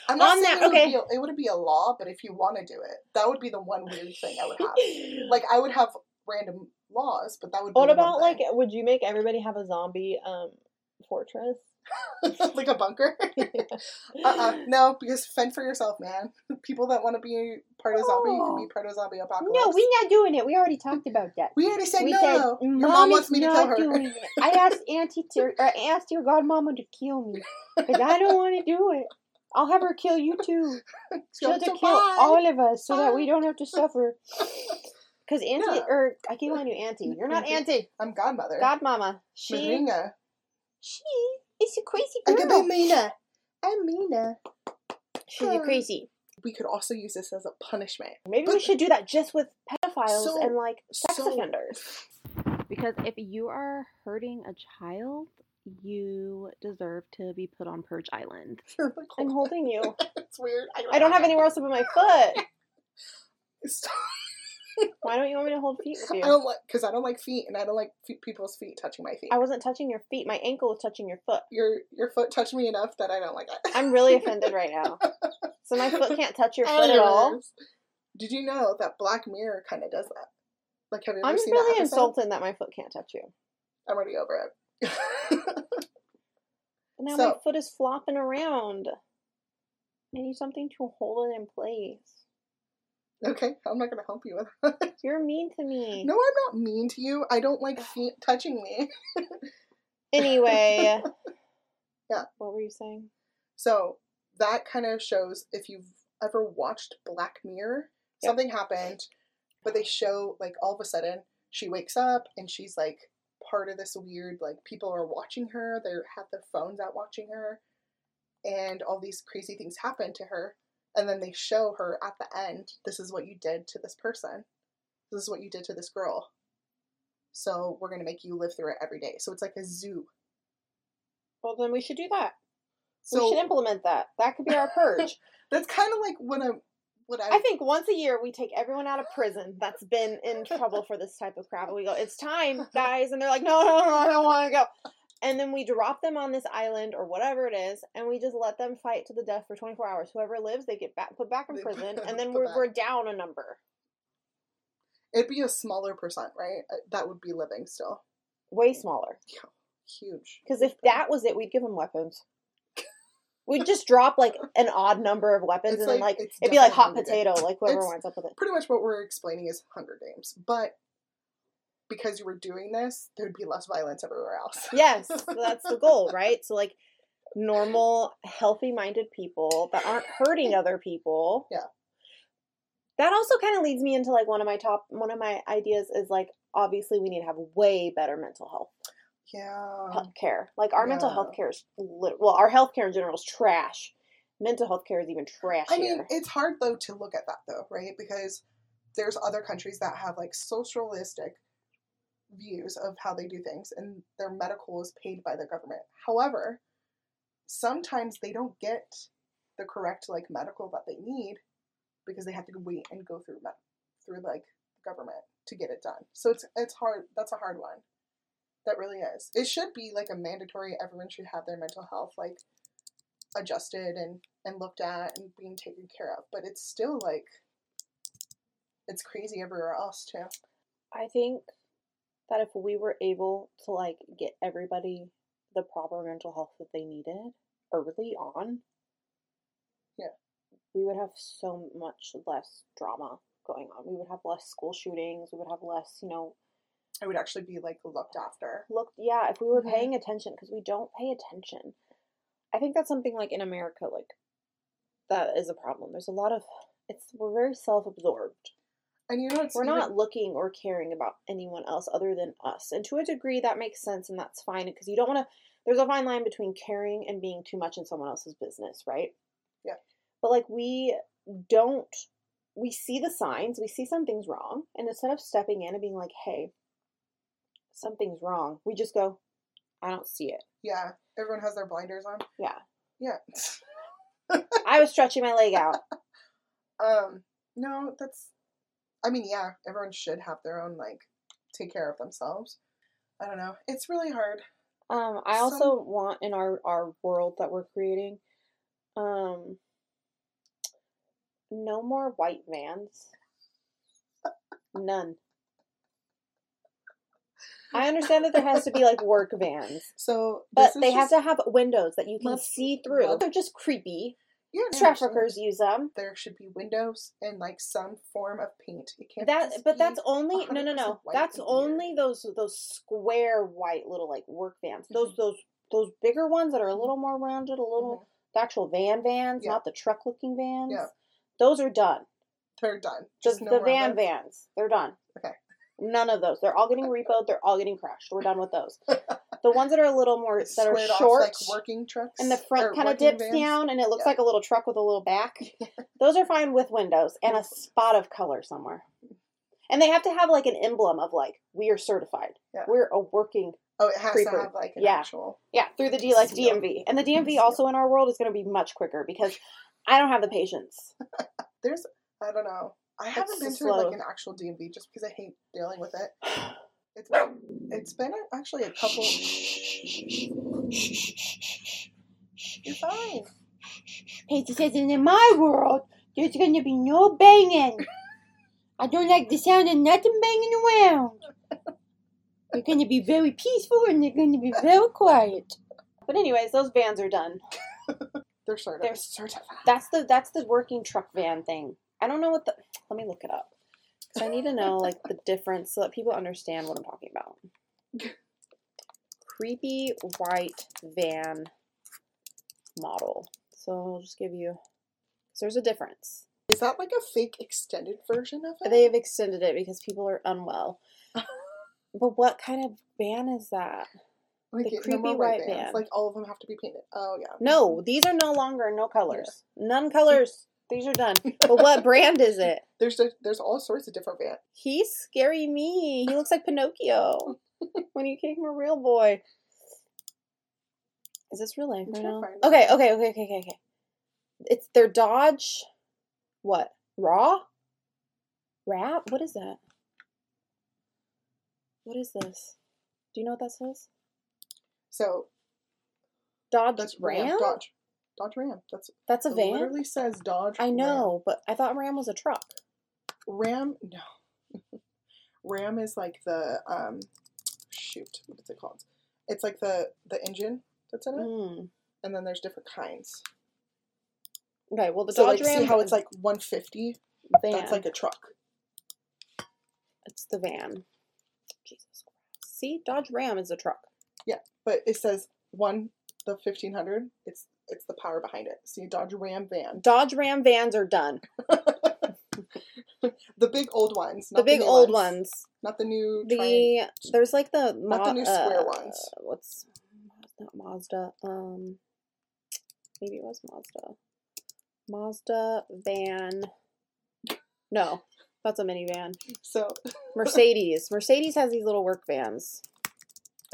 S2: I'm not
S1: On
S2: saying
S1: that-
S2: it would
S1: okay.
S2: be a- it would be a law, but if you want to do it, that would be the one weird thing I would have. like I would have random laws, but that would. be
S1: What
S2: one
S1: about like?
S2: thing.
S1: Would you make everybody have a zombie um fortress?
S2: like a bunker? uh-uh. No, because fend for yourself, man. People that want to be part of zombie, you can be part of zombie apocalypse.
S3: No, we're not doing it. We already talked about that.
S2: We already said
S3: we
S2: no.
S3: said,
S2: Your
S3: "Mom
S2: mom wants
S3: is
S2: me to
S3: not
S2: kill her.
S3: doing it." I asked Auntie to, or I asked your godmama to kill me because I don't want to do it. I'll have her kill you too. She'll have to kill all of us so that we don't have to suffer. Because Auntie,
S2: Yeah.
S1: Or I keep calling you auntie. You're not auntie.
S2: I'm godmother.
S1: Godmama. She
S2: Marina.
S3: She is a crazy
S2: I
S3: girl.
S2: could be Mina. I'm Mina.
S1: she's a crazy.
S2: We could also use this as a punishment.
S1: Um, Maybe we
S2: But-
S1: should do that just with pedophiles
S2: So-
S1: and like sex
S2: so-
S1: offenders.
S4: Because if you are hurting a child, you deserve to be put on Purge Island.
S1: I'm holding you.
S2: It's weird.
S1: I don't have anywhere else to put my foot.
S2: Stop.
S1: Why don't you want me to hold feet with
S2: I
S1: you?
S2: don't like because I don't like feet, and I don't like fe- people's feet touching my feet.
S1: I wasn't touching your feet. My ankle was touching your foot.
S2: your your foot touched me enough that I don't like it.
S1: I'm really offended right now. So my foot can't touch your foot at all.
S2: Anyways, Did you know that Black Mirror kind of does that? Like, have you ever
S1: I'm
S2: seen
S1: really
S2: that episode?
S1: insulted that my foot can't touch you.
S2: I'm already over it.
S1: And now my
S2: So-
S1: foot is flopping around. I need something to hold it in place.
S2: okay, I'm not gonna help you with that.
S1: You're mean to me.
S2: no, I'm not mean to you. I don't like feet touching me.
S1: Anyway.
S2: Yeah.
S1: What were you saying?
S2: So that kind of shows if you've ever watched Black Mirror,
S1: Yep.
S2: something happened, but they show like all of a sudden she wakes up and she's like part of this weird like people are watching her. They have their phones out watching her, and all these crazy things happen to her. And then they show her at the end. This is what you did to this person. This is what you did to this girl. So we're gonna make you live through it every day. So it's like a zoo.
S1: Well, then we should do that.
S2: So
S1: we should implement that. That could be our purge.
S2: that's kind of like what I'm. What I,
S1: I think once a year we take everyone out of prison that's been in trouble for this type of crap. We go, it's time, guys. And they're like, no, no, no, I don't want to go. And then we drop them on this island or whatever it is, and we just let them fight to the death for 24 hours. Whoever lives, they get back put back in
S2: They
S1: prison,
S2: put-
S1: and then
S2: put
S1: we're,
S2: back.
S1: we're down a number.
S2: It'd be a smaller percent, right? Uh, That would be living still.
S1: Way smaller.
S2: Huge.
S1: Because if that was it, we'd give them weapons. We'd just drop like an odd number of weapons,
S2: It's
S1: and then
S2: like-
S1: like
S2: it's
S1: it'd be like
S2: definitely
S1: hot
S2: Hunger
S1: potato, like whoever
S2: It's-
S1: winds up with it.
S2: Pretty much what we're explaining is Hunger Games, but because you were doing this, there'd be less violence everywhere else.
S1: Yes, that's the goal, right? So like normal, healthy-minded people that aren't hurting other people.
S2: Yeah.
S1: That also kind of leads me into like one of my top one of my ideas is like obviously we need to have way better mental health
S2: Yeah.
S1: health care. Like our mental
S2: Oh, yeah.
S1: health care is lit- well, our health care in general is trash. Mental health care is even trashier.
S2: I mean, it's hard though to look at that though, right? Because there's other countries that have like socialistic views of how they do things and their medical is paid by the government. However, sometimes they don't get the correct like medical that they need because they have to wait and go through med- through like government to get it done. So it's it's hard that's a hard one. That really is. It should be like a mandatory everyone should have their mental health like adjusted and and looked at and being taken care of but it's still like it's crazy everywhere else too
S1: I think that if we were able to like get everybody the proper mental health that they needed early on,
S2: Yeah.
S1: we would have so much less drama going on. We would have less school shootings. We would have less, you know,
S2: it would actually be like looked after
S1: look. Yeah, if we were
S2: Mhm.
S1: paying attention, because we don't pay attention. I think that's something like in America, like that is a problem. There's a lot of it's we're very self-absorbed.
S2: and you know it's
S1: We're
S2: even-
S1: not looking or caring about anyone else other than us. And to a degree, that makes sense and that's fine because you don't want to. There's a fine line between caring and being too much in someone else's business, right?
S2: Yeah.
S1: But like, we don't. We see the signs, we see something's wrong. And instead of stepping in and being like, hey, something's wrong, we just go, I don't see it.
S2: yeah everyone has their blinders on
S1: Yeah.
S2: yeah
S1: I was stretching my leg out.
S2: um no that's i mean yeah everyone should have their own like take care of themselves i don't know it's really hard
S1: Um, I
S2: Some-
S1: also want in our our world that we're creating, um, no more white vans. None.
S3: I understand that there has to be like work vans,
S2: So,
S1: But
S2: this is
S1: they have
S2: just-
S1: to have windows that you can
S2: Let's-
S1: see through.
S2: let's-
S1: They're just creepy.
S2: yeah, no,
S3: traffickers use them.
S2: There should be windows and like some form of paint. It can't
S1: That,
S2: just
S1: but
S2: be-
S1: that's only no, no,
S2: 100%
S1: no.
S2: white
S1: That's
S2: and weird.
S1: only those those square white little like work vans. Those
S2: Mm-hmm.
S1: those those bigger ones that are a little more rounded, a little the actual van vans,
S2: Yeah.
S1: not the truck looking vans.
S2: Yeah.
S1: Those are done.
S2: they're done.
S1: Just
S2: no
S1: the
S2: more
S1: van
S2: of them.
S1: vans. They're done.
S2: Okay.
S1: None of those. They're all getting repoed. They're all getting crushed. We're done with those. The ones that are a little more that are
S2: Squared off,
S1: short
S2: like working trucks,
S1: and the
S2: or
S1: front kind of
S2: working
S1: dips
S2: vans.
S1: down and it looks
S2: Yeah.
S1: like a little truck with a little back. Those are fine with windows and a spot of color somewhere. And they have to have like an emblem of like we are certified.
S2: Yeah.
S1: We're a working
S2: Oh, it has
S1: creeper.
S2: to have like an
S1: Yeah.
S2: actual.
S1: yeah, through the D like
S2: Seal.
S1: DMV. And the DMV also in our world is going to be much quicker because I don't have the patience.
S2: There's, I don't know. I haven't been to
S1: slow.
S2: like an actual DMV just because I hate dealing with it. It's been, it's been a- actually a couple. You're fine.
S3: Paige says, and in my world, there's gonna be no banging. I don't like the sound of nothing banging around. They're gonna be very peaceful and they're gonna be very quiet.
S1: But anyways, those vans are done.
S2: They're certified.
S1: They're
S2: certified.
S1: That's the that's the working truck van thing. I don't know what the let me look it up. Cuz I need to know like the difference so that people understand what I'm talking about. Creepy white van model. So I'll just give you cuz there's a difference.
S2: Is that like a fake extended version of it?
S1: They have extended it because people are unwell. But what kind of van is that?
S2: like
S1: the
S2: it- no
S1: creepy
S2: more
S1: white
S2: vans.
S1: van.
S2: Like all of them have to be painted. Oh yeah.
S1: No, these are no longer no colors. None colors. These are done. But what brand is it?
S2: There's a, there's all sorts of different vans.
S1: He's scary me. He looks like Pinocchio when you gave him a real boy. Is this real life?
S2: I'm
S1: right
S2: trying
S1: now?
S2: to find it.
S1: Okay, okay, okay, okay, okay, okay. It's their Dodge. What raw? Rap? What is that? What is this? Do you know what that says?
S2: So
S1: Dodge
S2: that's
S1: Ram.
S2: Ram Dodge. Dodge Ram. That's
S1: That's a
S2: it
S1: van.
S2: Literally says Dodge.
S1: I
S2: Ram.
S1: know, but I thought Ram was a truck.
S2: Ram, no. Ram is like the um, shoot, what is it called? It's like the the engine that's in it,
S1: Mm.
S2: and then there's different kinds.
S1: Okay, well the
S2: so
S1: Dodge
S2: like,
S1: Ram
S2: see how it's like 150?
S1: van.
S2: That's like a truck.
S1: It's the van. Jesus Christ. See, Dodge Ram is a truck.
S2: But it says one the 1500. It's it's the power behind it. See Dodge Ram van,
S1: Dodge Ram vans are done.
S2: the big old ones, not
S1: the big
S2: new
S1: old ones.
S2: not the new.
S1: The
S2: triangle-
S1: there's like the uh,
S2: Not the new square ones.
S1: What's not Mazda? Um, maybe it was Mazda. Mazda van. No, that's a minivan.
S2: So
S1: Mercedes. Mercedes has these little work vans.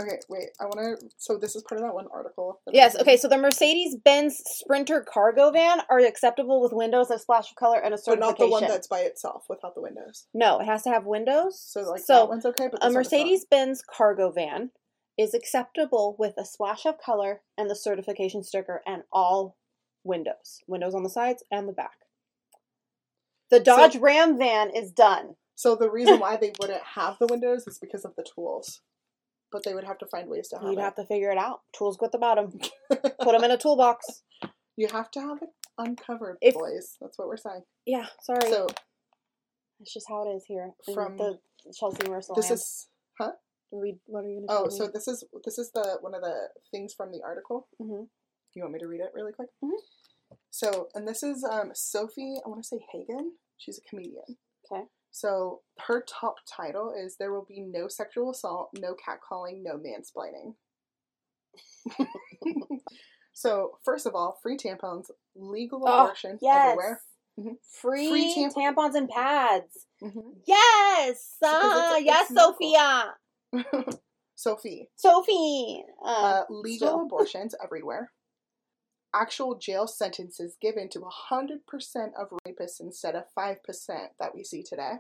S2: okay, wait. I want to. So this is part of that one article. that I
S1: Yes,
S2: read.
S1: okay, so the Mercedes Benz Sprinter cargo van are acceptable with windows, a splash of color, and a
S2: But
S1: certification.
S2: not the one that's by itself without the windows.
S1: No, it has to have windows.
S2: So like
S1: So,
S2: that one's okay, but
S1: A
S2: this one is not.
S1: Mercedes Benz cargo van is acceptable with a splash of color and the certification sticker and all windows. Windows on the sides and the back. The Dodge Ram van is done.
S2: So the reason why they wouldn't have the windows is because of the tools. But they would have to find ways to have
S1: You'd
S2: it.
S1: have to figure it out. Tools go at the bottom. Put them in a toolbox.
S2: you have to have it uncovered,
S1: If-
S2: boys. That's what we're saying.
S1: Yeah, sorry.
S2: So
S1: That's just how it is here in
S2: From-
S1: the Chelsea Mercer
S2: this
S1: land.
S2: is
S1: Read- what are you gonna
S2: oh,
S1: tell
S2: so
S1: me?
S2: this is this is the one of the things from the article.
S1: Mhm.
S2: You want me to read it really quick?
S1: Mhm.
S2: So and this is um, Sophie. I want to say Hagen. She's a comedian.
S1: Okay.
S2: So her top title is "There will be no sexual assault, no catcalling, no mansplaining." so first of all, free tampons, legal
S1: Oh,
S2: abortion
S1: yes.
S2: everywhere. Mhm.
S1: Free,
S2: Free tamp-
S1: tampons and pads.
S2: Mhm.
S1: Yes!
S2: because it's-
S1: Ah,
S2: it's
S1: yes,
S2: medical.
S1: Sophia!
S2: Sophie,
S1: Sophie! Uh,
S2: uh, legal
S1: so-
S2: abortions everywhere. Actual jail sentences given to 100% of rapists instead of 5% that we see today.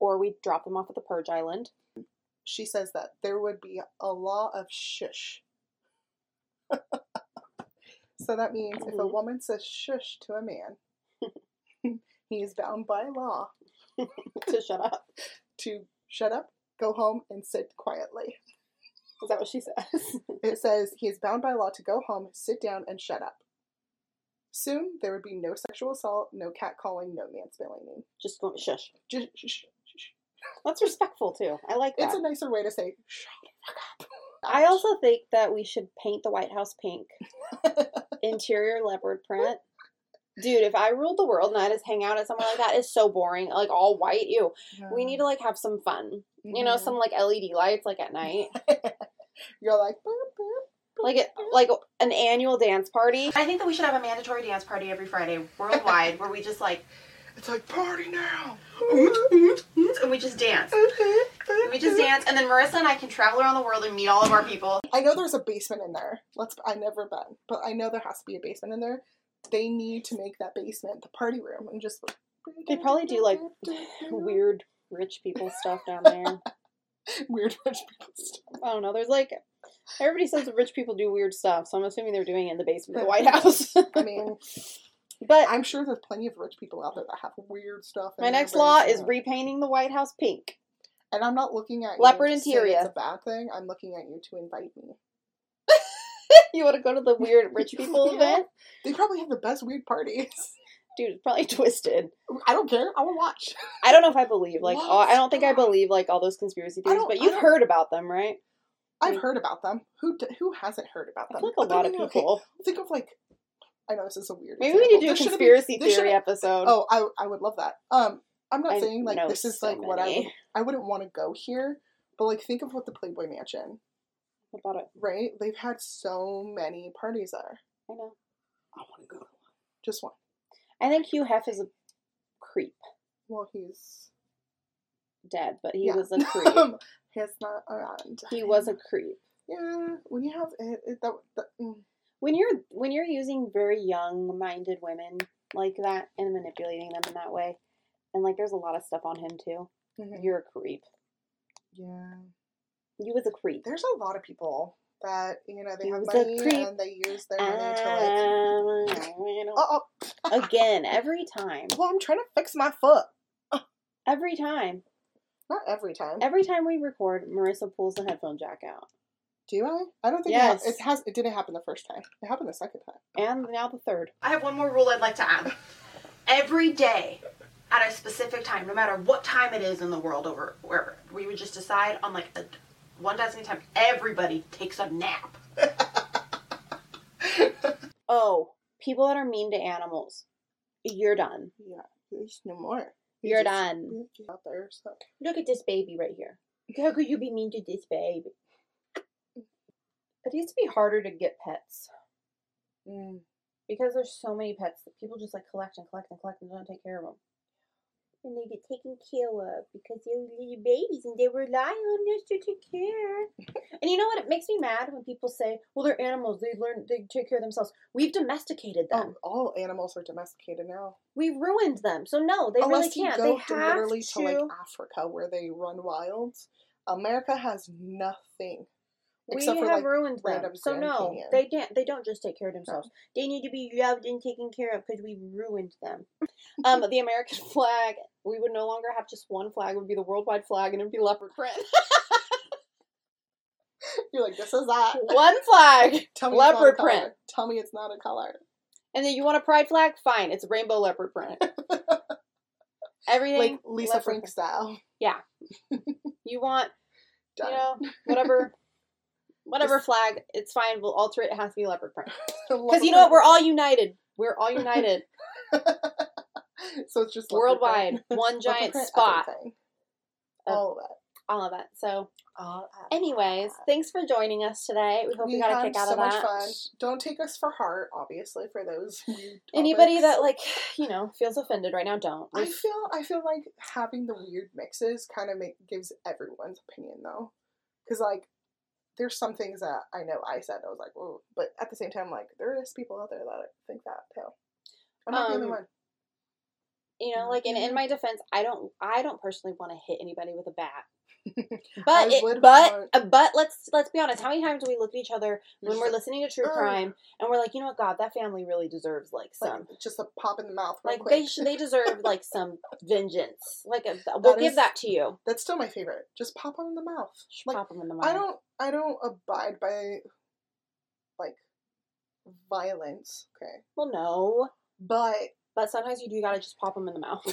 S1: or we drop them off at the purge island.
S2: She says that there would be a law of shush. so that means if a
S1: Mhm.
S2: woman says shush to a man, he is bound by law
S1: to shut up.
S2: to shut up Go home and sit quietly.
S1: Is that what she says?
S2: It says he is bound by law to go home, sit down, and shut up. Soon there would be no sexual assault, no catcalling, no mansplaining.
S5: Just going shush.
S2: Just, sh- sh- sh-
S5: That's respectful too. I like that.
S2: It's a nicer way to say shut the fuck up.
S1: I also think that we should paint the White House pink. Interior leopard print. Dude, if I ruled the world and I just hang out at somewhere like that, it's so boring. Like all white. Ew. We need to like have some fun. You know, some like LED lights like at night.
S2: Mm-hmm. Oh You're like boop, boop.
S1: Like it, like an annual dance party.
S4: I think that we should have a mandatory dance party every Friday worldwide where we just like
S2: It's like party now.
S4: and we just dance.
S2: Uh-huh,
S4: We just dance and then Marissa and I can travel around the world and meet all of our people.
S2: I know there's a basement in there. Let's. I never been, but I know there has to be a basement in there. They need to make that basement the party room and just.
S1: They probably do, like, Weird rich people stuff down there.
S2: weird rich people stuff.
S1: I don't know. There's like everybody says that rich people do weird stuff, so I'm assuming they're doing it in the basement of the White House.
S2: I mean,
S1: but
S2: I'm sure there's plenty of rich people out there that have weird stuff. in
S1: my
S2: their
S1: next law is
S2: basement.
S1: repainting the White House pink.
S2: and I'm not looking at
S1: leopard
S2: you to say
S1: interior.
S2: It's a bad thing. I'm looking at you to invite me.
S1: You want to go to the weird rich people
S2: Yeah.
S1: event?
S2: They probably have the best weird parties.
S1: Dude, it's probably twisted.
S2: I don't care. I will watch.
S1: I don't know if I believe like
S2: What?
S1: all, I don't think I believe like all those conspiracy
S2: I
S1: theories,
S2: don't-
S1: but
S2: I
S1: you've
S2: don't-
S1: heard about them, right?
S2: I've heard about them. Who d- who hasn't heard about
S1: I
S2: them?
S1: feel like a
S2: Other
S1: lot of
S2: than-
S1: people.
S2: okay, think of like, I know this is a weird.
S1: Maybe we need to do a
S2: example. There should've been-
S1: conspiracy
S2: there
S1: theory
S2: should've-
S1: episode.
S2: Oh, I I would love that. Um, I'm not
S1: I
S2: saying like
S1: know
S2: this is
S1: so
S2: like what I would,
S1: many.
S2: I wouldn't want to go here, but like think of what the Playboy Mansion,
S1: about it.
S2: right? They've had so many parties there.
S1: I know.
S2: I want to go to one. Just one.
S1: I think Hugh Hef is a creep.
S2: Well, he's
S1: Dead, but he
S2: yeah.
S1: was a creep.
S2: he has not around.
S1: he was a creep.
S2: Yeah, when you have it, it that, that mm.
S1: When you're when you're using very young minded women like that and manipulating them in that way, and like there's a lot of stuff on him too.
S2: Mm-hmm.
S1: You're a creep.
S2: yeah.
S1: You was a creep.
S2: There's a lot of people that you know they have
S1: Use a
S2: money
S1: creep.
S2: and they use their money to like.
S1: Um,
S2: Oh,
S1: Again, every time.
S2: well, I'm trying to fix my foot.
S1: Every time.
S2: Not every time.
S1: Every time we record, Marissa pulls the headphone jack out.
S2: Do I? I don't think
S1: Yes.
S2: it, ha- it has. It didn't happen the first time. It happened the second time.
S1: And now the third.
S4: I have one more rule I'd like to add. Every day at a specific time, no matter what time it is in the world over wherever, we would just decide on like a one designated time everybody takes a nap.
S1: Oh, people that are mean to animals. You're done.
S2: Yeah, there's no more.
S1: You're done.
S2: you just- Out there, so.
S1: Look at this baby right here. How could you be mean to this baby? It needs to be harder to get pets
S2: Mm.
S1: because there's so many pets that people just like collect and collect and collect and don't take care of them. And they get taken care of because they're little babies and they rely on us to take care. and you know what? It makes me mad when people say, "Well, they're animals. They learn. They take care of themselves." We've domesticated them.
S2: Oh, all animals are domesticated now.
S1: We ruined them. So no, they
S2: Unless
S1: really can't.
S2: you go
S1: they
S2: to
S1: have
S2: literally
S1: to.
S2: to like Africa where they run wild. America has nothing.
S1: we have
S2: except for, like,
S1: ruined them.
S2: random
S1: So
S2: Grand
S1: no,
S2: Canyon.
S1: they don't. They don't just take care of themselves. They need to be loved and taken care of because we ruined them. um, the American flag. We would no longer have just one flag. It would be the worldwide flag, and it would be leopard print.
S2: You're like, this is that.
S1: one flag,
S2: Tell me
S1: Leopard
S2: it's not a color.
S1: print.
S2: Tell me it's not a color.
S1: and then you want a pride flag? Fine, it's rainbow leopard print. Everything
S2: Like Lisa
S1: leopard
S2: Frank
S1: print.
S2: style.
S1: You want
S2: Done.
S1: you know whatever. Whatever
S2: Just-
S1: flag, it's fine. We'll alter it. It has to be leopard print. Because
S2: Leopard
S1: you know what? We're
S2: print.
S1: all united. We're all united
S2: so it's just leopard print.
S1: worldwide. One
S2: Leopard
S1: giant
S2: print,
S1: spot.
S2: everything.
S1: of-
S2: All of it.
S1: All of that. So,
S2: All of it.
S1: anyways, thanks for joining us today. We hope
S2: we
S1: you got
S2: had
S1: a kick out
S2: so
S1: of
S2: much
S1: that.
S2: fun. Don't take us for heart, obviously, for those. weird
S1: Anybody
S2: topics.
S1: that like you know feels offended right now, don't.
S2: I feel I feel like having the weird mixes kind of make gives everyone's opinion though, because like there's some things that I know I said I was like, whoa, but at the same time, like there is people out there that think that too. I'm not the only
S1: Um,
S2: one. mm-hmm.
S1: you know, like, and in my defense, I don't. I don't personally want to hit anybody with a bat. But
S2: I
S1: it-
S2: would
S1: but uh,
S2: want-
S1: but let's let's be honest. How many times do we look at each other when
S2: Just
S1: we're
S2: like,
S1: listening to true
S2: "Ugh."
S1: crime and we're like, you know what, God, that family really deserves like
S2: Like,
S1: some
S2: just a pop in the mouth real
S1: like
S2: quick.
S1: they sh- they deserve like some vengeance. Like a, we'll
S2: That
S1: give
S2: is-
S1: that to you.
S2: That's still my favorite. Just pop them in the mouth.
S1: Just
S2: Like
S1: pop 'em in the mouth.
S2: I don't I don't abide by like violence. Okay.
S1: Well, no,
S2: But
S1: but sometimes you do gotta just pop them in the mouth.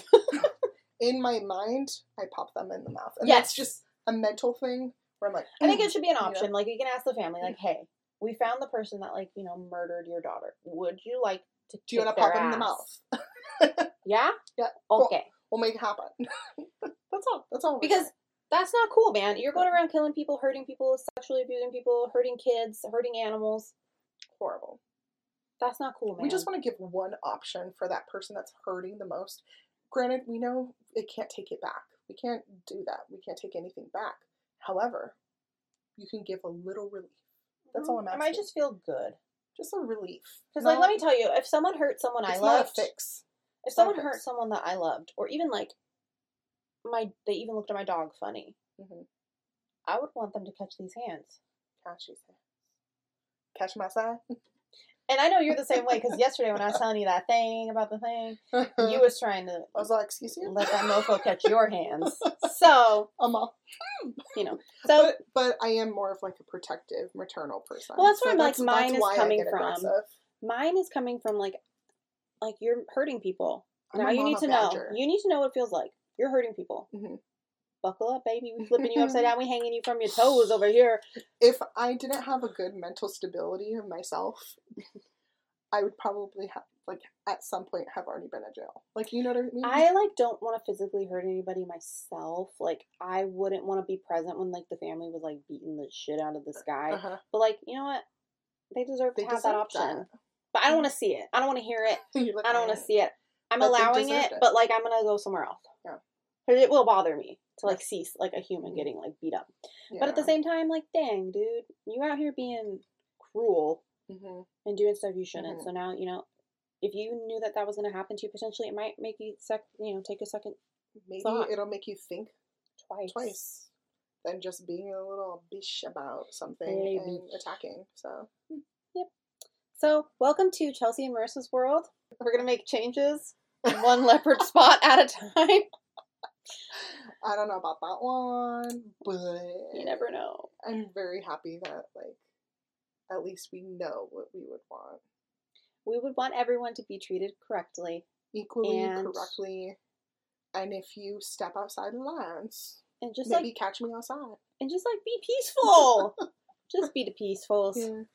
S2: in my mind, I pop them in the mouth. And
S1: Yes.
S2: that's just a mental thing where I'm like, "Mm,
S1: I think it should be an
S2: Yeah.
S1: option. Like you can ask the family, like, hey, we found the person that like you know murdered your daughter. Would you like to?
S2: do you want
S1: kick
S2: to pop
S1: their
S2: it in the
S1: ass?"
S2: mouth?
S1: Yeah.
S2: Yeah.
S1: Okay.
S2: We'll make it happen. that's all. That's all. we're
S1: Because
S2: doing.
S1: that's not cool, man. You're going around killing people, hurting people, sexually abusing people, hurting kids, hurting animals.
S2: horrible.
S1: That's not cool, man.
S2: We just want to give one option for that person that's hurting the most. Granted, we know it can't take it back. We can't do that. We can't take anything back. However, you can give a little relief. That's all I'm
S1: It
S2: asking.
S1: might just feel good.
S2: just a relief.
S1: Because like, let
S2: Not-
S1: me tell you, if someone hurt someone I
S2: it's not a
S1: loved,
S2: fix.
S1: if
S2: It's not a
S1: someone hurt
S2: fix.
S1: someone that I loved, or even like my, they even looked at my dog funny.
S2: Mhm.
S1: I would want them to catch these hands.
S2: Catch these hands. Catch my side.
S1: And I know you're the same way because yesterday when I was telling you that thing about the thing,
S2: Uh-huh.
S1: you was trying to
S2: I was like, excuse you?
S1: let that mofo catch your hands. So
S2: I'm all.
S1: you know, so
S2: But, but I am more of like a protective, maternal person.
S1: Well, that's where I'm like,
S2: that's
S1: mine is
S2: why I
S1: coming
S2: get
S1: from.
S2: aggressive.
S1: mine is coming from like, like you're hurting people.
S2: I'm
S1: now
S2: a
S1: you need
S2: mama
S1: to know.
S2: badger.
S1: You need to know what it feels like. You're hurting people.
S2: Mhm.
S1: Buckle up, baby. We flipping you upside down. We hanging you from your toes over here.
S2: If I didn't have a good mental stability of myself, I would probably have like at some point have already been in jail. Like you know what I mean?
S1: I like don't want to physically hurt anybody myself. Like I wouldn't want to be present when like the family was like beating the shit out of this guy.
S2: Uh-huh.
S1: But like you know what, they deserve
S2: They
S1: to have
S2: deserve
S1: that option. But I don't want to see it. I don't want to hear it.
S2: You're like,
S1: I don't want to see it. I'm
S2: But they
S1: allowing it,
S2: deserved it.
S1: but like I'm gonna go somewhere else.
S2: Yeah.
S1: Because it will bother me to like
S2: Yeah.
S1: see like a human
S2: Mhm.
S1: getting like beat up.
S2: Yeah.
S1: But at the same time, like dang, dude, you out here being cruel
S2: hmm
S1: and doing stuff you shouldn't.
S2: Mhm.
S1: So now you know. If you knew that that was going to happen to you potentially, it might make you sec, you know, take a second
S2: maybe
S1: thought.
S2: it'll make you think
S1: twice.
S2: twice than just being a little bitch about something
S1: Maybe.
S2: and attacking. So
S1: So welcome to Chelsea and Marissa's world. We're gonna make changes, one leopard spot at a time.
S2: I don't know about that one, but
S1: You never know.
S2: I'm very happy that like at least we know what we would want
S1: We would want everyone to be treated correctly
S2: equally
S1: And-
S2: correctly. And if you step outside the lines,
S1: and just
S2: maybe
S1: like
S2: catch me outside.
S1: and just like be peaceful. just be the peacefuls.
S2: Just
S1: But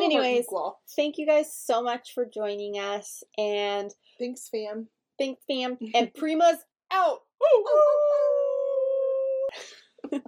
S2: so we're
S1: anyways-
S2: equal.
S1: Thank you guys so much for joining us, and
S2: thanks, fam.
S1: thanks, fam, and Prima's out. Woo!